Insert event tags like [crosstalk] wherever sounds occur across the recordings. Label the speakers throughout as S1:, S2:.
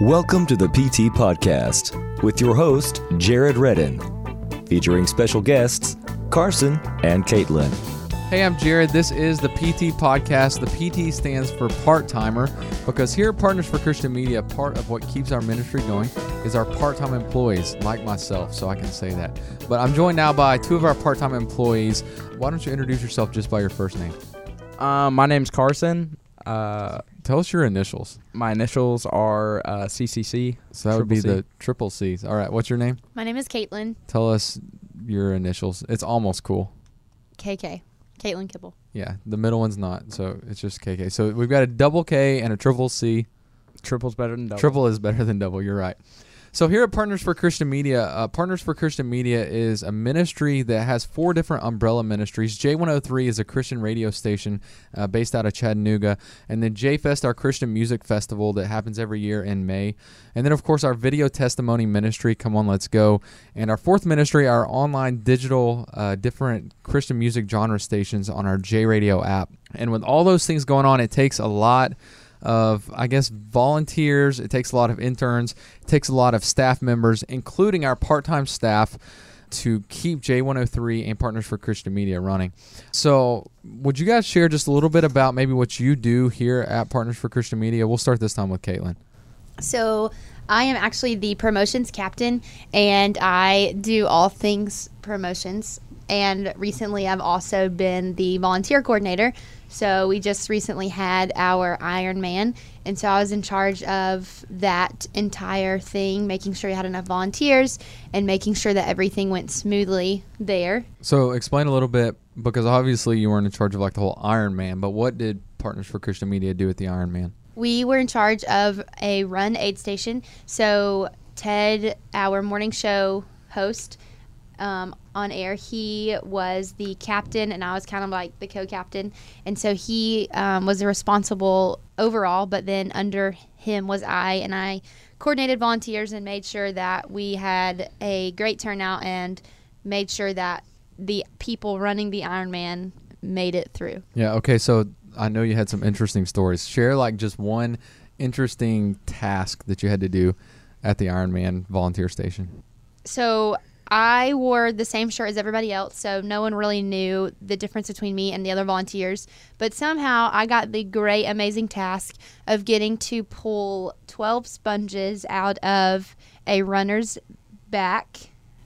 S1: Welcome to the PT Podcast with your host, Jared Redden, featuring special guests, Carson and Caitlin.
S2: Hey, I'm Jared. This is the PT Podcast. The PT stands for part timer because here at Partners for Christian Media, part of what keeps our ministry going is our part time employees, like myself, so I can say that. But I'm joined now by two of our part time employees. Why don't you introduce yourself just by your first name?
S3: Uh, my name's Carson. Uh,
S2: Tell us your initials.
S3: my initials are uh, CCC.
S2: So that would be
S3: Triple C.
S2: the triple C's. All right, what's your name?
S4: My name is Caitlin,
S2: Tell us your initials. It's almost cool.
S4: KK, Caitlin Kibble.
S2: Yeah, the middle one's not, so it's just KK. So we've got a double K and a triple C.
S3: Triple's better than double.
S2: Triple is better than double. You're right. So here at Partners for Christian Media, uh, Partners for Christian Media is a ministry that has four different umbrella ministries. J103 is a Christian radio station uh, based out of Chattanooga, and then J-Fest, our Christian music festival that happens every year in May, and then of course our video testimony ministry, Come On Let's Go, and our fourth ministry, our online digital uh, different Christian music genre stations on our J Radio app. And with all those things going on, it takes a lot of I guess volunteers. It takes a lot of interns. It takes a lot of staff members, including our part-time staff, to keep J103 and Partners for Christian Media running. So, would you guys share just a little bit about maybe what you do here at Partners for Christian Media? We'll start this time with Caitlin.
S4: So I am actually the promotions captain, and I do all things promotions. And recently, I've also been the volunteer coordinator. So we just recently had our Ironman, and so I was in charge of that entire thing, making sure we had enough volunteers and making sure that everything went smoothly there.
S2: So, explain a little bit because obviously you weren't in charge of like the whole Iron Man, but what did Partners for Christian Media do at the Iron Man?
S4: We were in charge of a run aid station. So Ted, our morning show host um, on air, he was the captain, and I was kind of like the co-captain. And so he um, was responsible overall, but then under him was I, and I coordinated volunteers and made sure that we had a great turnout and made sure that the people running the Ironman made it through.
S2: Yeah. Okay. So I know you had some interesting stories. Share like just one interesting task that you had to do at the Ironman volunteer station.
S4: so I wore the same shirt as everybody else, so no one really knew the difference between me and the other volunteers. But somehow I got the great, amazing task of getting to pull 12 sponges out of a runner's back,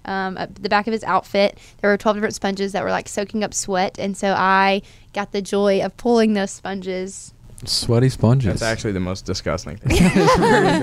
S4: um, up the back of his outfit. There were 12 different sponges that were like soaking up sweat, and so I got the joy of pulling those sponges.
S2: Sweaty sponges.
S5: That's actually the most disgusting [laughs] thing.
S2: [laughs]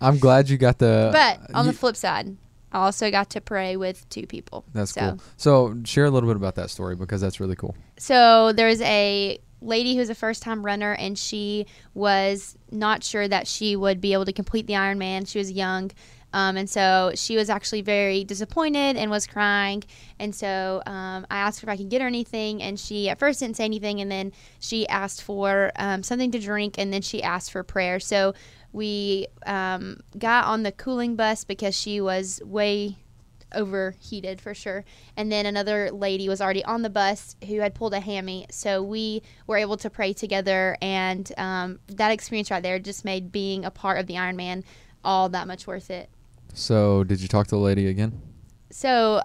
S2: I'm glad you got the.
S4: But on the
S2: you-
S4: flip side, I also got to pray with two people.
S2: That's
S4: so.
S2: cool. So share a little bit about that story because that's really cool.
S4: So there was a lady who was a first time runner, and she was not sure that she would be able to complete the Ironman. She was young. Um, and so she was actually very disappointed and was crying. And so um, I asked her if I could get her anything. And she at first didn't say anything. And then she asked for um, something to drink. And then she asked for prayer. So we um, got on the cooling bus because she was way overheated for sure. And then another lady was already on the bus who had pulled a hammy. So we were able to pray together. And um, that experience right there just made being a part of the Ironman all that much worth it.
S2: So did you talk to the lady again?
S4: So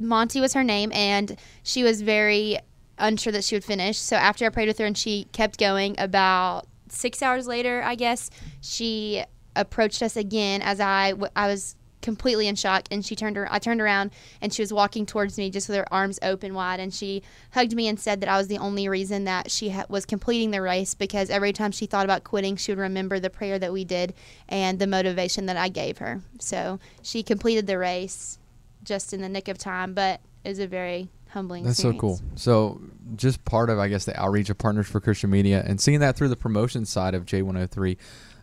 S4: Monty was her name, and she was very unsure that she would finish. So after I prayed with her and she kept going, about six hours later, I guess, she approached us again as I, w- I was completely in shock and she turned her I turned around and she was walking towards me just with her arms open wide and she hugged me and said that I was the only reason that she ha- was completing the race because every time she thought about quitting she would remember the prayer that we did and the motivation that I gave her so she completed the race just in the nick of time, but it was a very humbling.
S2: That's so cool.
S4: experience.
S2: So just part of I guess the outreach of Partners for Christian Media and seeing that through the promotion side of J103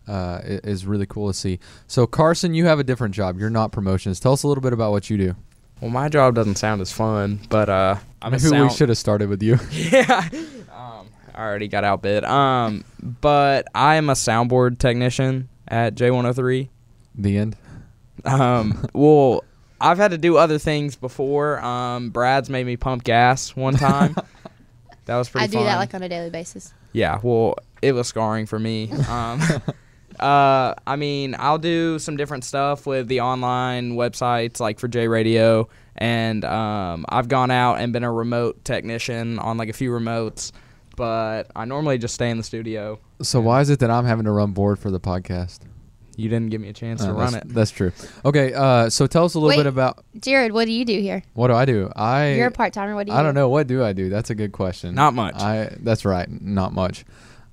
S2: uh, i- is really cool to see. So Carson, you have a different job. You're not promotions. Tell us a little bit about what you do.
S5: well, my job doesn't sound as fun, but uh, I'm a
S2: Maybe we
S5: sound.
S2: should have started with
S5: [laughs]
S2: you.
S5: Yeah. Um, I already got outbid. Um, but I am a soundboard technician at J103.
S2: the end. [laughs]
S5: Um, well, I've had to do other things before. Um, Brad's made me pump gas
S2: [laughs]
S5: one time. that was pretty.
S4: I do that
S5: fun.
S4: like on a daily basis.
S5: [laughs] Yeah, well, it was scarring for me. Um, Uh, I mean, I'll do some different stuff with the online websites, like for J Radio, and um, I've gone out and been a remote technician on like a few remotes, but I normally just stay in the studio.
S2: So why is it that I'm having to run board for the podcast?
S5: You didn't give me a chance
S2: Uh,
S5: to
S2: that's,
S5: run it.
S2: that's true. Okay, uh, so tell us a little
S4: Wait.
S2: bit about
S4: Jared, what do you do here?
S2: what do I do? I
S4: You're a part timer. What do you?
S2: I don't know what do I do. That's a good question.
S5: Not much.
S2: I that's right. Not much.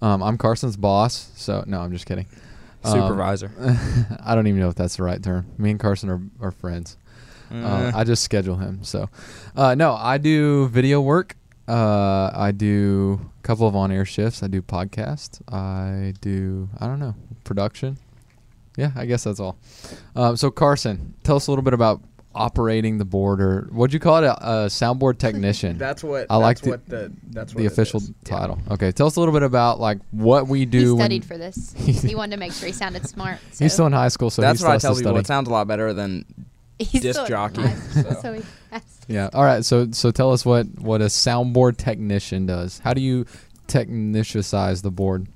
S2: Um, I'm Carson's boss, so no, I'm just kidding. Um, [laughs]
S5: Supervisor.
S2: I don't even know if that's the right term. Me and Carson are, are friends. Uh,
S5: Mm.
S2: I just schedule him. So, uh, no, I do video work. Uh, I do a couple of on-air shifts. I do podcasts. I do I don't know production. Yeah, I guess that's all. Um, so Carson, tell us a little bit about operating the board, or what'd you call it? A, a soundboard technician.
S5: [laughs] that's what
S2: I like
S5: that's
S2: the-
S5: what the that's what
S2: the
S5: it
S2: official
S5: is. Yeah.
S2: title. Okay, tell us a little bit about like what we do.
S4: He
S2: when-
S4: studied
S2: [laughs]
S4: for this. he wanted to make sure he sounded smart. So.
S2: He's still in high school, so
S5: that's
S2: he
S5: what I
S2: still
S5: tell
S2: has to
S5: people.
S2: study.
S5: It sounds a lot better than
S4: [laughs] He's
S5: disc
S4: still in
S5: jockey,
S4: high school,
S5: so.
S4: [laughs] so he has
S2: Yeah. All right. So so tell us what what a soundboard technician does. How do you technicize the board?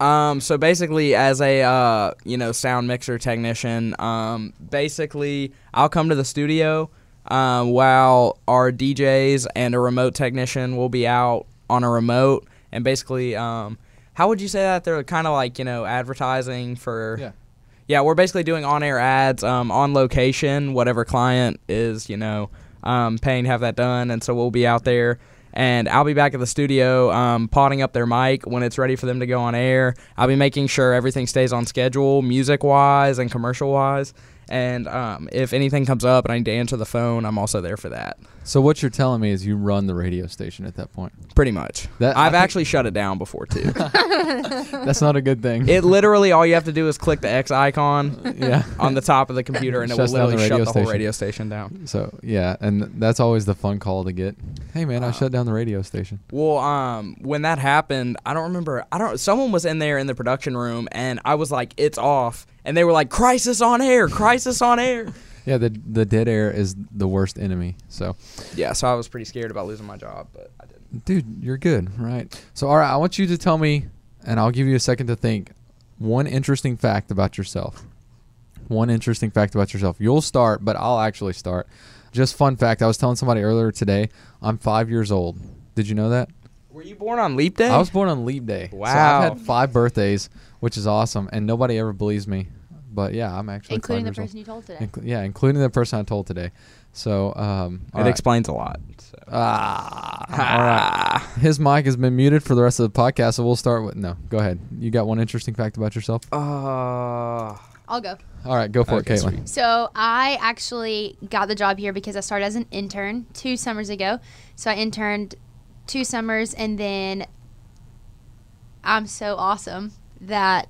S5: Um, so basically, as a uh, you know sound mixer technician, um, basically I'll come to the studio um, while our DJs and a remote technician will be out on a remote, and basically, um, how would you say that? They're kind of like you know advertising for yeah, we're basically doing on-air ads um, on location, whatever client is, you know, um, paying to have that done, and so we'll be out there, and I'll be back at the studio um, potting up their mic when it's ready for them to go on air. I'll be making sure everything stays on schedule, music-wise and commercial-wise, and um, if anything comes up and I need to answer the phone, I'm also there for that,
S2: So what you're telling me is you run the radio station at that point.
S5: pretty much.
S2: That- I
S5: I've
S2: think-
S5: actually shut it down before too.
S2: That's not a good thing.
S5: it literally all you have to do is click the X icon
S2: [laughs] yeah.
S5: on the top of the computer, and it will
S2: Shuts down the
S5: literally shut
S2: radio
S5: the whole
S2: station.
S5: radio station down.
S2: So yeah, and that's always the fun call to get. Hey man, I
S5: Uh,
S2: shut down the radio station.
S5: Well, um, when that happened, I don't remember. I don't. Someone was in there in the production room, and I was like, "It's off," and they were like, "Crisis on air! Crisis
S2: [laughs]
S5: on air!"
S2: Yeah, the the dead air is the worst enemy. So,
S5: Yeah, so I was pretty scared about losing my job, but I didn't.
S2: dude, you're good, right? So all right, I want you to tell me, and I'll give you a second to think. One interesting fact about yourself. one interesting fact about yourself. You'll start, but I'll actually start. Just fun fact: I was telling somebody earlier today. I'm five years old. Did you know that?
S5: Were you born on leap day?
S2: I was born on leap day. So
S5: Wow.
S2: I've had five birthdays, which is awesome, and nobody ever believes me. But yeah, I'm actually
S4: including the
S2: five years
S4: person you told today.
S2: Old. Inclu- yeah, including the person I told today. So um,
S5: It
S2: all right.
S5: explains a lot. So.
S2: ah, all right. His mic has been muted for the rest of the podcast, so we'll start with no. Go ahead. You got one interesting fact about yourself?
S5: Uh,
S4: I'll go.
S2: All right, go for
S5: Okay,
S2: it, Caitlin.
S5: sweet.
S4: So I actually got the job here because I started as an intern two summers ago. So I interned two summers, and then I'm so awesome that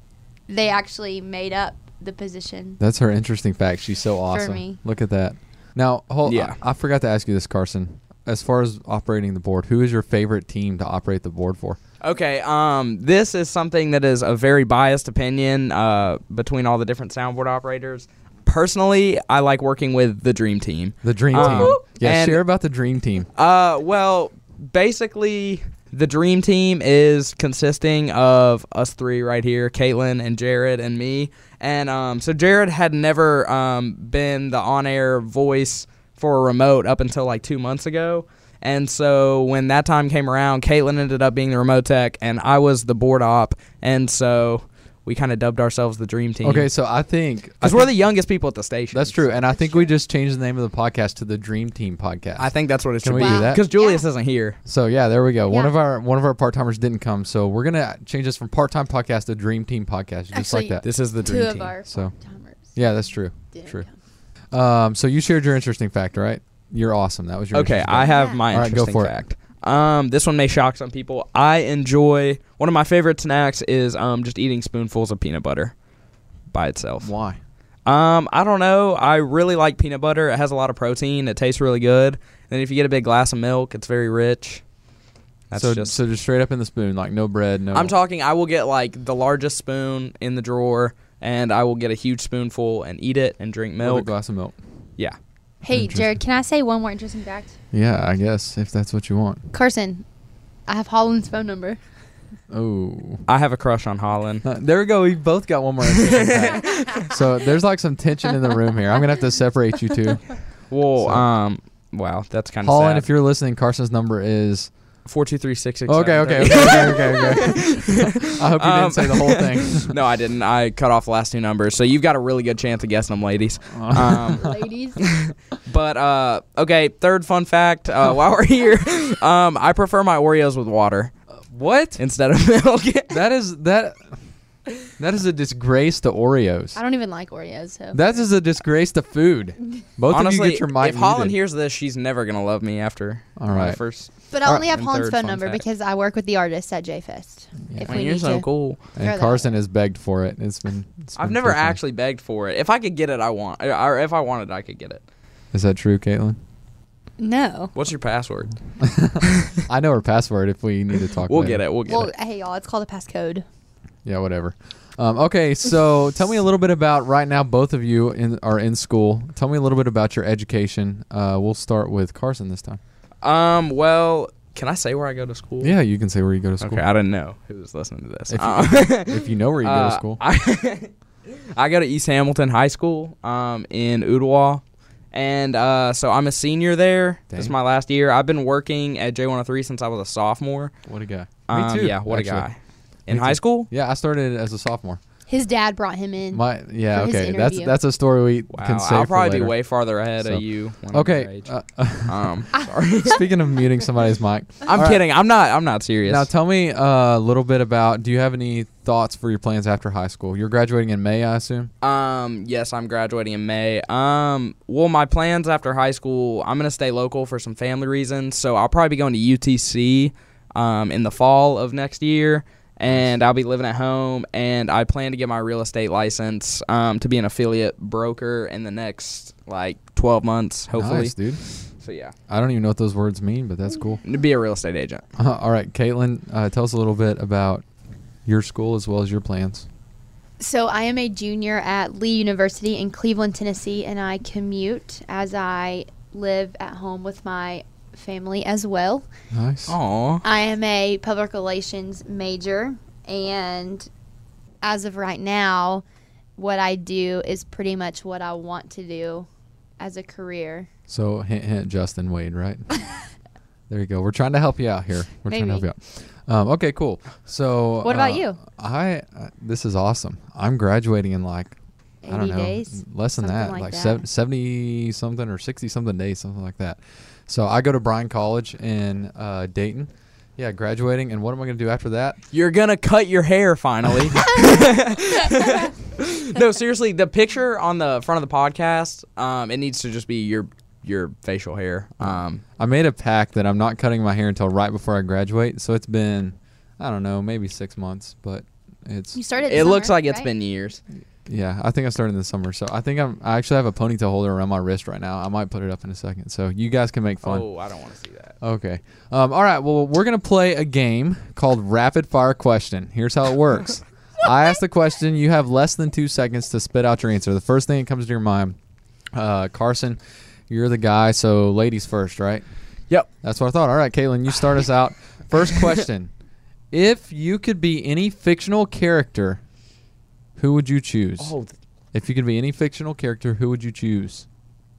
S4: they actually made up the position.
S2: That's her interesting fact. She's so awesome.
S4: me.
S2: Look at that. Now, hold,
S5: Yeah.
S2: I, I forgot to ask you this, Carson. As far as operating the board, who is your favorite team to operate the board for?
S5: Okay, um, this is something that is a very biased opinion uh, between all the different soundboard operators. Personally, I like working with the Dream Team.
S2: The dream
S5: Um,
S2: team. Yeah,
S5: and-
S2: share about the dream team.
S5: Uh, well, basically, the dream team is consisting of us three right here: Caitlin and Jared and me. And um, so Jared had never um, been the on-air voice for a remote up until like two months ago. And so when that time came around, Caitlin ended up being the remote tech, and I was the board op. And so we kind of dubbed ourselves the dream team.
S2: Okay, so I think I
S5: because we're
S2: think-
S5: the youngest people at the station.
S2: that's true, and I think we just changed the name of the podcast to the Dream Team Podcast.
S5: I think that's what it
S2: Can
S5: should
S2: we
S5: be.
S2: do that?
S5: Because Julius
S4: Yeah.
S5: isn't here.
S2: so yeah, there we go. One
S4: Yeah.
S2: of our one of our part timers didn't come, so we're gonna change this from part time podcast to Dream Team Podcast, just
S4: Actually-
S2: like that.
S5: This is the dream
S4: Two
S5: team.
S4: of our
S2: So-
S4: timers.
S2: yeah, that's true.
S4: didn't
S2: True.
S4: come.
S2: Um, so you shared your interesting fact, right? You're awesome. That was your
S5: okay
S2: interesting fact.
S5: i have
S4: Yeah.
S5: my
S2: All right, go
S5: interesting
S2: for it.
S5: fact um this one may shock some people i enjoy one of my favorite snacks is um just eating spoonfuls of peanut butter by itself
S2: Why?
S5: um i don't know i really like peanut butter it has a lot of protein it tastes really good and if you get a big glass of milk it's very rich that's
S2: so
S5: just
S2: so just straight up in the spoon, like no bread, no.
S5: i'm talking i will get like the largest spoon in the drawer and i will get a huge spoonful and eat it and drink
S2: with a
S5: milk
S2: glass of milk.
S5: yeah
S4: Hey,
S2: Interesting.
S4: Jared, can I say one more interesting fact?
S2: Yeah, I guess if that's what you want.
S4: Carson, I have Holland's phone number.
S2: Oh.
S5: I have a crush on Holland.
S2: Uh, there we go. We both got one more. interesting fact. so there's like some tension in the room here. I'm gonna have to separate you two.
S5: Well,
S2: So-
S5: um, wow, that's kind of
S2: Holland,
S5: sad.
S2: if you're listening, Carson's number is.
S5: four two three six six.
S2: Okay, okay, okay,
S5: [laughs]
S2: okay, okay. okay. I hope you
S5: Um,
S2: didn't say the whole thing.
S5: [laughs] no, I didn't. I cut off the last two numbers, so you've got a really good chance of guessing
S2: [laughs]
S5: them, ladies. Um, [laughs]
S4: Ladies.
S5: but uh, okay, third fun fact.
S2: [laughs]
S5: Uh, while we're here, um, I prefer my Oreos with water
S2: What?
S5: instead of [laughs] milk.
S2: That is that. That is a disgrace to Oreos.
S4: I don't even like Oreos, so
S2: That is a disgrace to food. Both of
S5: Honestly,
S2: you get your mic
S5: if Holland
S2: muted.
S5: hears this, she's never gonna love me after
S2: All
S5: my
S2: right.
S5: first.
S4: But I
S2: All
S4: only
S5: uh,
S4: have
S5: and
S4: Holland's
S5: third
S4: phone
S5: fun
S4: number
S5: fact.
S4: because I work with the artists at JFest.
S2: Yeah.
S4: If
S5: Man,
S4: we
S5: you're
S4: need
S5: so
S4: to.
S5: cool.
S4: Throw
S2: And
S4: that
S2: Carson
S4: out.
S2: has begged for it. It's been. it's
S5: I've
S2: been
S5: never
S2: so funny.
S5: actually begged for it. If I could get it, I want. Or if I wanted, I could get it.
S2: Is that true, Caitlin?
S4: No.
S5: What's your password?
S2: I know her password. If we need to talk,
S5: We'll
S2: later.
S5: get it. We'll get
S4: Well,
S5: it.
S4: hey y'all, it's called a passcode.
S2: Yeah, whatever. Um, okay, so tell me a little bit about right now. Both of you in, are in school. Tell me a little bit about your education. Uh, we'll start with Carson this time.
S5: Um. Well, can I say where I go to school?
S2: Yeah, you can say where you go to school.
S5: Okay, I didn't know who was listening to this.
S2: If you- [laughs]
S5: Um, [laughs]
S2: If you know where you go
S5: uh,
S2: to school.
S5: I, [laughs] I go to East Hamilton High School um, in Ottawa. And uh, so I'm a senior there. This is
S2: Dang.
S5: my last year. I've been working at J103 since I was a sophomore.
S2: What a guy.
S5: Um, Yeah, what
S2: actually.
S5: a guy. In
S2: Me
S5: high
S2: too.
S5: school?
S2: Yeah, I started as a sophomore.
S4: His dad brought him in.
S2: My yeah,
S4: For his
S2: okay. That's
S4: interview.
S2: that's a story we can
S5: Wow,
S2: save
S5: I'll
S2: for
S5: probably be
S2: later.
S5: way farther ahead
S2: So-
S5: of you. When I'm, your
S2: Okay.
S5: age.
S2: Uh, uh, [laughs]
S5: um,
S4: Ah.
S5: [laughs]
S2: speaking of muting somebody's
S4: [laughs]
S2: mic.
S5: I'm
S2: All right.
S5: kidding. I'm not. I'm not serious.
S2: Now tell me uh, a little bit about. Do you have any thoughts for your plans after high school? You're graduating in May, I assume.
S5: Um, yes, I'm graduating in May. Um, well, my plans after high school, I'm gonna stay local for some family reasons, so I'll probably be going to UTC, um, in the fall of next year, and I'll be living at home, and I plan to get my real estate license, um, to be an affiliate broker in the next like 12 months, hopefully.
S2: Nice, dude.
S5: So yeah,
S2: I don't even know what those words mean, but that's cool. [laughs]
S5: to be a real estate agent.
S2: Uh, all right, Caitlin, uh, tell us a little bit about your school as well as your plans.
S4: So I am a junior at Lee University in Cleveland, Tennessee, and I commute as I live at home with my family as well.
S5: Oh,
S2: Nice.
S5: Aw.
S4: I am a public relations major, and as of right now, what I do is pretty much what I want to do as a career.
S2: So hint, hint, Justin Wade,
S4: [laughs]
S2: right? there you go. We're trying to help you out here. We're trying to help you
S4: Maybe.
S2: out. Um, okay, cool. So
S4: What about
S2: uh,
S4: you?
S2: I uh, this is awesome. I'm graduating in like I don't
S4: 80
S2: know
S4: days?
S2: less than
S4: Something
S2: that,
S4: like
S2: like
S4: that.
S2: sev- seventy something or sixty something days, something like that. So I go to Bryan College in uh, Dayton. Yeah, graduating, and what am I going to do after that?
S5: You're gonna cut your hair finally. [laughs] no, seriously, the picture on the front of the podcast, um, it needs to just be your your facial hair. Um,
S2: I made a pact that I'm not cutting my hair until right before I graduate. So it's been, I don't know, maybe six months, but it's
S4: You started.
S5: it
S4: summer,
S5: looks like it's
S4: right?
S5: been years.
S2: yeah. I think I started in the summer, so I think I'm. I actually have a ponytail holder around my wrist right now. I might put it up in a second, so you guys can make fun.
S5: Oh, I don't want to see that.
S2: Okay. Um, all right. Well, we're gonna play a game called Rapid Fire Question. Here's how it works.
S5: [laughs]
S2: I ask the question. You have less than two seconds to spit out your answer. The first thing that comes to your mind, uh, Carson, you're the guy. So ladies first, right?
S5: Yep.
S2: That's what I thought. All right, Caitlin, you start
S5: [laughs]
S2: us out. First question: If you could be any fictional character, who would you choose?
S5: Oh, th-
S2: If you could be any fictional character, who would you choose?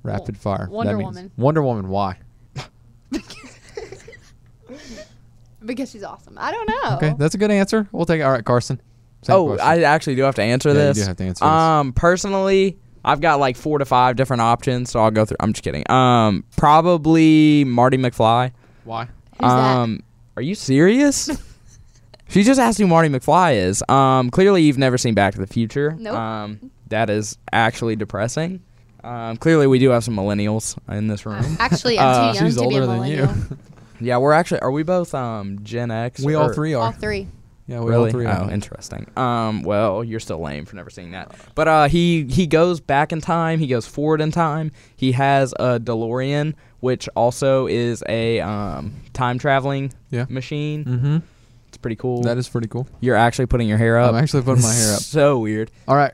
S2: Rapid fire.
S4: Wonder
S2: That means-
S4: Woman.
S2: Wonder Woman. Why?
S4: because she's awesome. I don't know.
S2: Okay, that's a good answer. We'll take it. All right, Carson. Same
S5: oh,
S2: question.
S5: I actually do have to answer
S2: Yeah, you
S5: this.
S2: do have to answer this.
S5: Um, personally, I've got like four to five different options, so I'll go through. I'm just kidding. Um, probably Marty McFly.
S2: Why?
S4: Who's that?
S5: um, are you
S4: [laughs]
S5: serious? she just asked who Marty McFly is. Um, clearly you've never seen Back to the Future.
S4: Nope.
S5: Um, that is actually depressing. Um, clearly we do have some millennials in this
S4: [laughs]
S5: room. [laughs]
S4: Actually, I'm
S5: uh,
S4: too young
S2: she's
S4: to be a
S2: older than you.
S4: millennial.
S5: yeah, we're actually are we both um Gen X?
S2: [laughs] We
S5: or-
S2: all three
S4: All
S2: are.
S4: three.
S2: Yeah, we
S5: Really?
S2: all three
S5: oh,
S2: are.
S5: interesting. Um, well, you're still lame for never seeing that. But uh, he he goes back in time. He goes forward in time. He has a DeLorean, which also is a um, time traveling
S2: Yeah.
S5: machine.
S2: Mm-hmm.
S5: It's pretty cool.
S2: That is pretty cool.
S5: You're actually putting your hair up.
S2: I'm actually putting my hair up.
S5: [laughs] so weird.
S2: All right,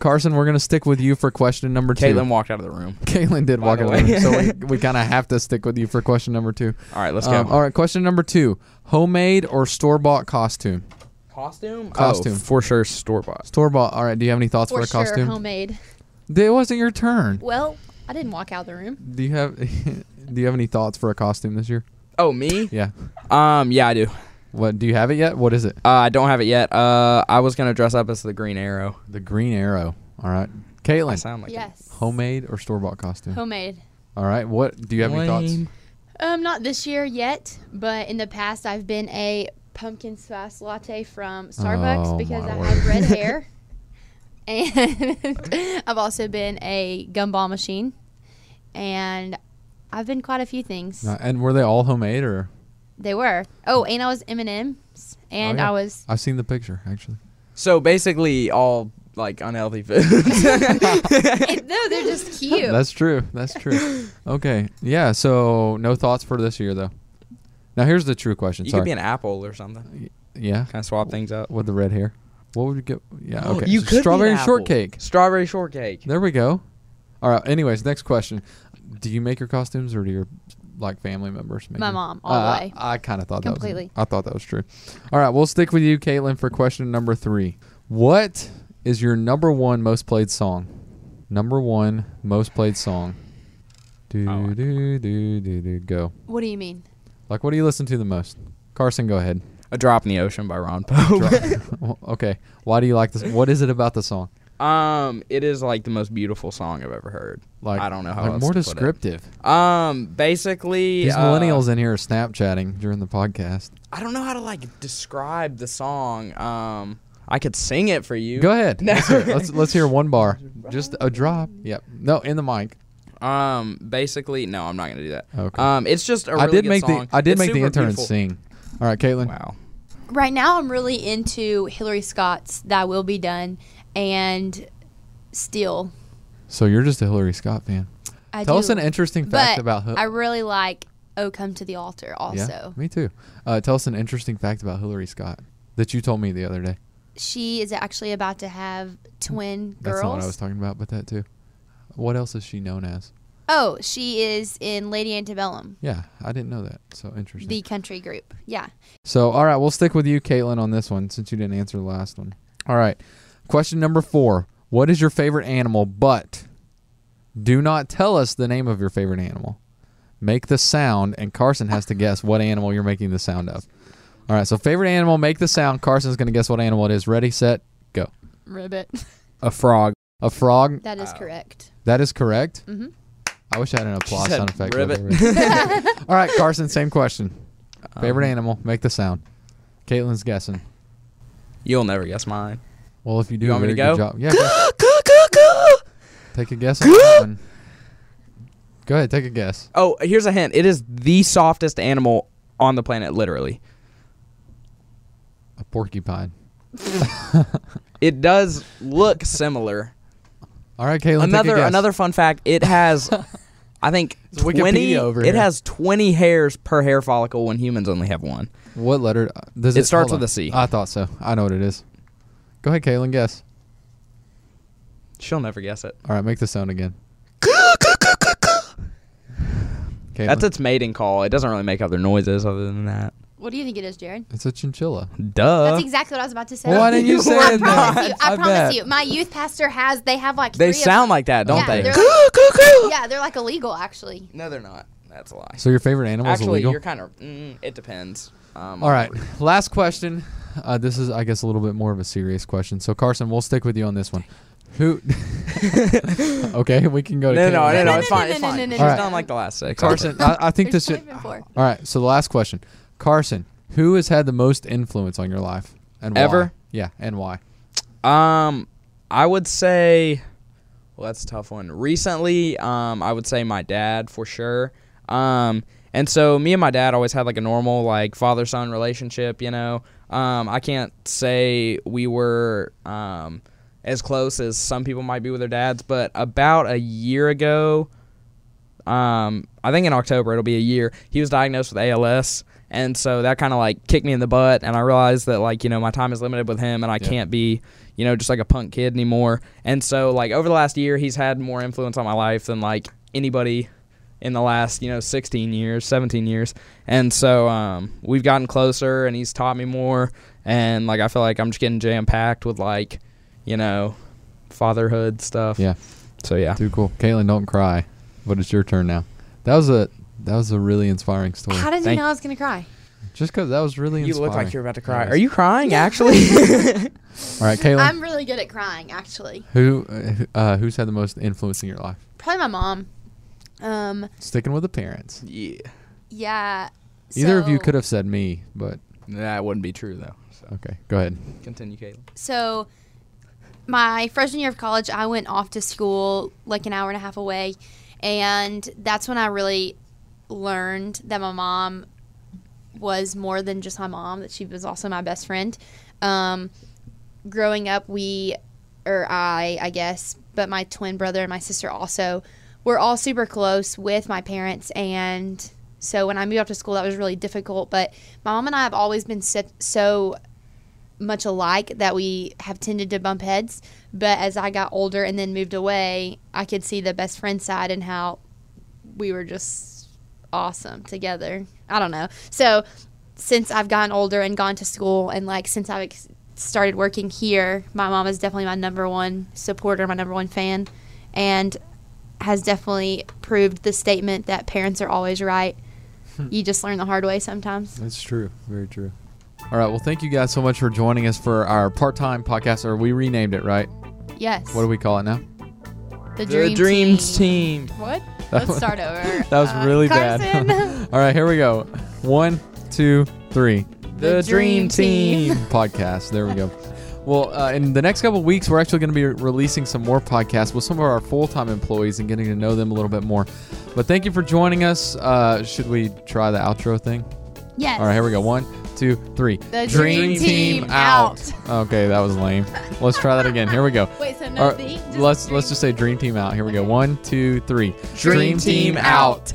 S2: Carson, we're gonna stick with you for question number two. [laughs]
S5: Caitlin walked out of the room.
S2: Caitlin did
S5: By
S2: walk
S5: the
S2: away,
S5: way.
S2: so
S5: [laughs]
S2: we, we kind of have to stick with you for question number two.
S5: All right, let's
S2: Um,
S5: go.
S2: all right, question number two: homemade or store bought costume?
S5: Costume?
S2: Costume.
S6: Oh, for sure, store bought.
S2: Store bought. All right. Do you have any thoughts for,
S4: For
S2: a
S4: sure,
S2: costume?
S4: homemade.
S2: it wasn't your turn.
S4: Well, I didn't walk out of the room.
S2: Do you have [laughs] Do you have any thoughts for a costume this year?
S5: Oh, me?
S2: Yeah.
S5: Um, yeah, I do.
S2: What do you have it yet? What is it?
S5: Uh, I don't have it yet. Uh, I was gonna dress up as the Green Arrow.
S2: The Green Arrow. All right.
S5: I
S2: Caitlin,
S5: sound like
S4: yes.
S2: homemade or store bought costume?
S4: Homemade.
S2: All right. What do you have any
S5: Lame.
S2: thoughts?
S4: Um, not this year yet, but in the past I've been a pumpkin spice latte from Starbucks
S2: Oh,
S4: because
S2: my
S4: I
S2: word.
S4: had red
S2: [laughs]
S4: hair. And [laughs] I've also been a gumball machine. And I've been quite a few things.
S2: Uh, and were they all homemade or?
S4: They were. Oh, and I was M&M's and
S2: Oh, yeah.
S4: I was [laughs]
S2: I've seen the picture actually.
S5: So basically, all like unhealthy [laughs] food.
S4: it, no, they're
S2: [laughs]
S4: just cute.
S2: That's true. That's true. okay. Yeah. So no thoughts for this year though. Now here's the true question.
S5: [laughs] you
S2: Sorry.
S5: could be an apple or something.
S2: yeah.
S5: Kind of swap things up.
S2: With the red hair. What would you get? Yeah. Okay.
S5: Oh, You
S2: So
S5: could be an
S2: strawberry
S5: apple.
S2: shortcake.
S5: Strawberry shortcake.
S2: There we go. All right. Anyways, next question. Do you make your costumes, or do your like family members make?
S4: My
S2: them?
S4: mom, all
S2: Uh,
S4: the way.
S2: I, kind of thought
S4: Completely.
S2: That was, I thought that was true. All right, we'll stick with you, Caitlin, for question number three. What is your number one most played song? Number one most played song. Do
S5: Oh.
S2: do do do do go.
S4: what do you mean?
S2: Like, what do you listen to the most? Carson, go ahead. [laughs]
S5: A drop in the ocean by Ron Pope.
S2: Well, okay. Why do you like this? What is it about the song?
S5: [laughs] um, it is like the most beautiful song I've ever heard.
S2: Like
S5: I don't know how
S2: like
S5: else
S2: more
S5: to put it.
S2: descriptive.
S5: Um, basically,
S2: These
S5: uh,
S2: millennials in here are Snapchatting during the podcast.
S5: I don't know how to like describe the song. Um, I could sing it for you.
S2: Go
S5: [laughs]
S2: ahead. Let's, hear, let's let's hear one bar. Just a drop. Yep. No, in the mic.
S5: Um, basically, no, I'm not gonna do that.
S2: Okay.
S5: Um, it's just a really
S2: I did
S5: good
S2: make
S5: song.
S2: the I did
S5: It's
S2: make the
S5: super
S2: intern
S5: beautiful.
S2: sing. All right, Caitlin.
S5: Wow.
S4: Right now I'm really into Hillary Scott's That Will Be Done and Still.
S2: So you're just a Hillary Scott fan.
S4: I
S2: Tell
S4: do.
S2: us an interesting fact
S4: but
S2: about Hi-
S4: I really like Oh Come to the Altar also.
S2: Yeah, me too. Uh, tell us an interesting fact about Hillary Scott that you told me the other day.
S4: She is actually about to have twin girls.
S2: That's not what I was talking about, but that too. What else is she known as?
S4: oh, she is in Lady Antebellum,
S2: Yeah, I didn't know that. So interesting.
S4: the country group. Yeah.
S2: So, all right, we'll stick with you, Caitlin, on this one since you didn't answer the last one. All right. Question number four What is your favorite animal? But do not tell us the name of your favorite animal. Make the sound, and Carson has to guess what animal you're making the sound of. All right, so favorite animal, make the sound. Carson's going to guess what animal it is. Ready, set, go.
S4: Ribbit.
S5: A frog.
S2: A frog.
S4: [laughs] That is
S5: Oh.
S4: correct.
S2: That is correct.
S4: Mhm.
S2: I wish I had an applause
S5: said
S2: sound effect.
S5: ribbit. [laughs]
S2: all right, Carson, same question. Favorite
S5: Um,
S2: animal, make the sound. Caitlin's guessing.
S5: You'll never
S2: [laughs]
S5: guess mine.
S2: Well, if you do
S5: You
S2: a
S5: want me
S2: very good
S5: to go?
S2: job, yeah,
S5: [gasps]
S2: go- take a guess on that one. Go ahead, take a guess.
S5: Oh, here's a hint. It is the softest animal on the planet, literally.
S2: A porcupine.
S5: It does
S2: [laughs]
S5: look similar.
S2: All right, Caitlin,
S5: another
S2: take a guess.
S5: another fun fact.
S2: [laughs]
S5: It has, I think,
S2: It's Wikipedia
S5: twenty.
S2: over
S5: it
S2: here.
S5: has twenty hairs per hair follicle when humans only have one.
S2: What letter uh, does it?
S5: It starts
S2: hold
S5: with
S2: on.
S5: a C.
S2: I thought so. I know what it is. Go ahead, Caitlin, guess.
S5: She'll never guess it.
S2: All right, make the sound again. Caitlin,
S5: That's its mating call. It doesn't really make other noises other than that.
S4: What do you think it is, Jared?
S2: It's a chinchilla.
S5: Duh.
S4: That's exactly what I was about to say.
S2: Well, Uh, why didn't
S4: [laughs]
S2: you say
S4: I
S2: it? then?
S4: promise you. I,
S2: I
S4: promise
S2: bet.
S4: you. My youth pastor has. They have like.
S5: they
S4: three of
S5: sound
S4: them.
S5: like that, don't
S4: yeah,
S5: they?
S4: They're like, yeah, they're like illegal actually.
S5: No, they're not. That's a lie.
S2: So your favorite animal is
S5: Actually,
S2: illegal.
S5: you're kind of. Mm, it depends. Um,
S2: All
S5: [laughs]
S2: right, last question. Uh, this is, I guess, a little bit more of a serious question. So Carson, we'll stick with you on this one. Who? [laughs] okay, we can go
S5: No,
S2: to Caitlin.
S5: no, no, no,
S4: No,
S5: no,
S4: no,
S5: it's
S4: no,
S5: fine.
S4: no,
S5: It's
S4: no,
S5: fine.
S4: no, no,
S5: She's
S2: no, no.
S5: done like the last six.
S2: Carson, I, I think
S4: There's
S2: this should.
S4: five and four.
S2: All right, so the last question, Carson, who has had the most influence on your life and why?
S5: Ever?
S2: Yeah, and why?
S5: Um, I would say, well, that's a tough one. Recently, um, I would say my dad for sure. Um, and so me and my dad always had like a normal like father son relationship. You know, um, I can't say we were um as close as some people might be with their dads, but about a year ago, um, I think in October it'll be a year. He was diagnosed with ALS, And so that kind of like kicked me in the butt, and I realized that like you know my time is limited with him, and I
S2: Yeah.
S5: can't be you know just like a punk kid anymore. And so like over the last year, he's had more influence on my life than like anybody in the last you know 16 years, 17 years. And so um, we've gotten closer, and he's taught me more, and like I feel like I'm just getting jam packed with like you know fatherhood stuff.
S2: Yeah.
S5: So yeah.
S2: Too cool. Caitlin, don't cry. But it's your turn now. That was a that was a really inspiring story.
S4: How did you
S5: Thank-
S4: know I was gonna cry?
S2: Just because that was really
S5: You
S2: inspiring.
S5: look like you're about to
S2: Yeah,
S5: cry.
S2: it
S5: Are
S2: is.
S5: you crying actually?
S2: All right, Caitlin.
S4: I'm really good at crying, actually.
S2: who uh, uh, who's had the most influence in your life?
S4: Probably my mom. Um,
S2: Sticking with the parents.
S5: [laughs] yeah.
S4: yeah.
S2: Either of you
S4: so-
S2: could have said me, but
S5: That wouldn't be true though. So
S2: okay. Go ahead.
S5: continue, Caleb.
S4: So, my freshman year of college, I went off to school like an hour and a half away, and that's when I really learned that my mom was more than just my mom; that she was also my best friend. Um, growing up, we, or I, I guess, but my twin brother and my sister also were all super close with my parents. And so when I moved off to school, that was really difficult. But my mom and I have always been so, so much alike that we have tended to bump heads. But as I got older and then moved away, I could see the best friend side and how we were just awesome together. I don't know. So since I've gotten older and gone to school, and like since I've ex- started working here, my mom is definitely my number one supporter, my number one fan, and has definitely proved the statement that parents are always right.
S2: Hmm.
S4: You just learn the hard way sometimes.
S2: That's true. Very true. All right. Well, thank you guys so much for joining us for our part-time podcast, or we renamed it, right?
S4: Yes.
S2: What do we call it now?
S4: the dream team.
S5: team.
S4: What?
S2: That
S4: Let's
S2: was-
S4: start over.
S2: [laughs] That was
S4: Uh,
S2: really [laughs]
S4: Carson.
S2: bad. All right, here we go. One, two, three.
S5: The dream team.
S2: [laughs] podcast. There we go. Well, uh, in the next couple of weeks, we're actually going to be releasing some more podcasts with some of our full time employees and getting to know them a little bit more. But thank you for joining us. Uh, should we try the outro thing?
S4: yes.
S2: All right, here we go. One, two, three.
S4: The dream team out.
S2: Okay, that was lame. Let's try that again. Here we go.
S4: Wait, so no
S2: All right,
S4: beat? Just
S2: let's
S4: dream
S2: let's just say dream team out. Here we go. One, two, three.
S5: Dream team out.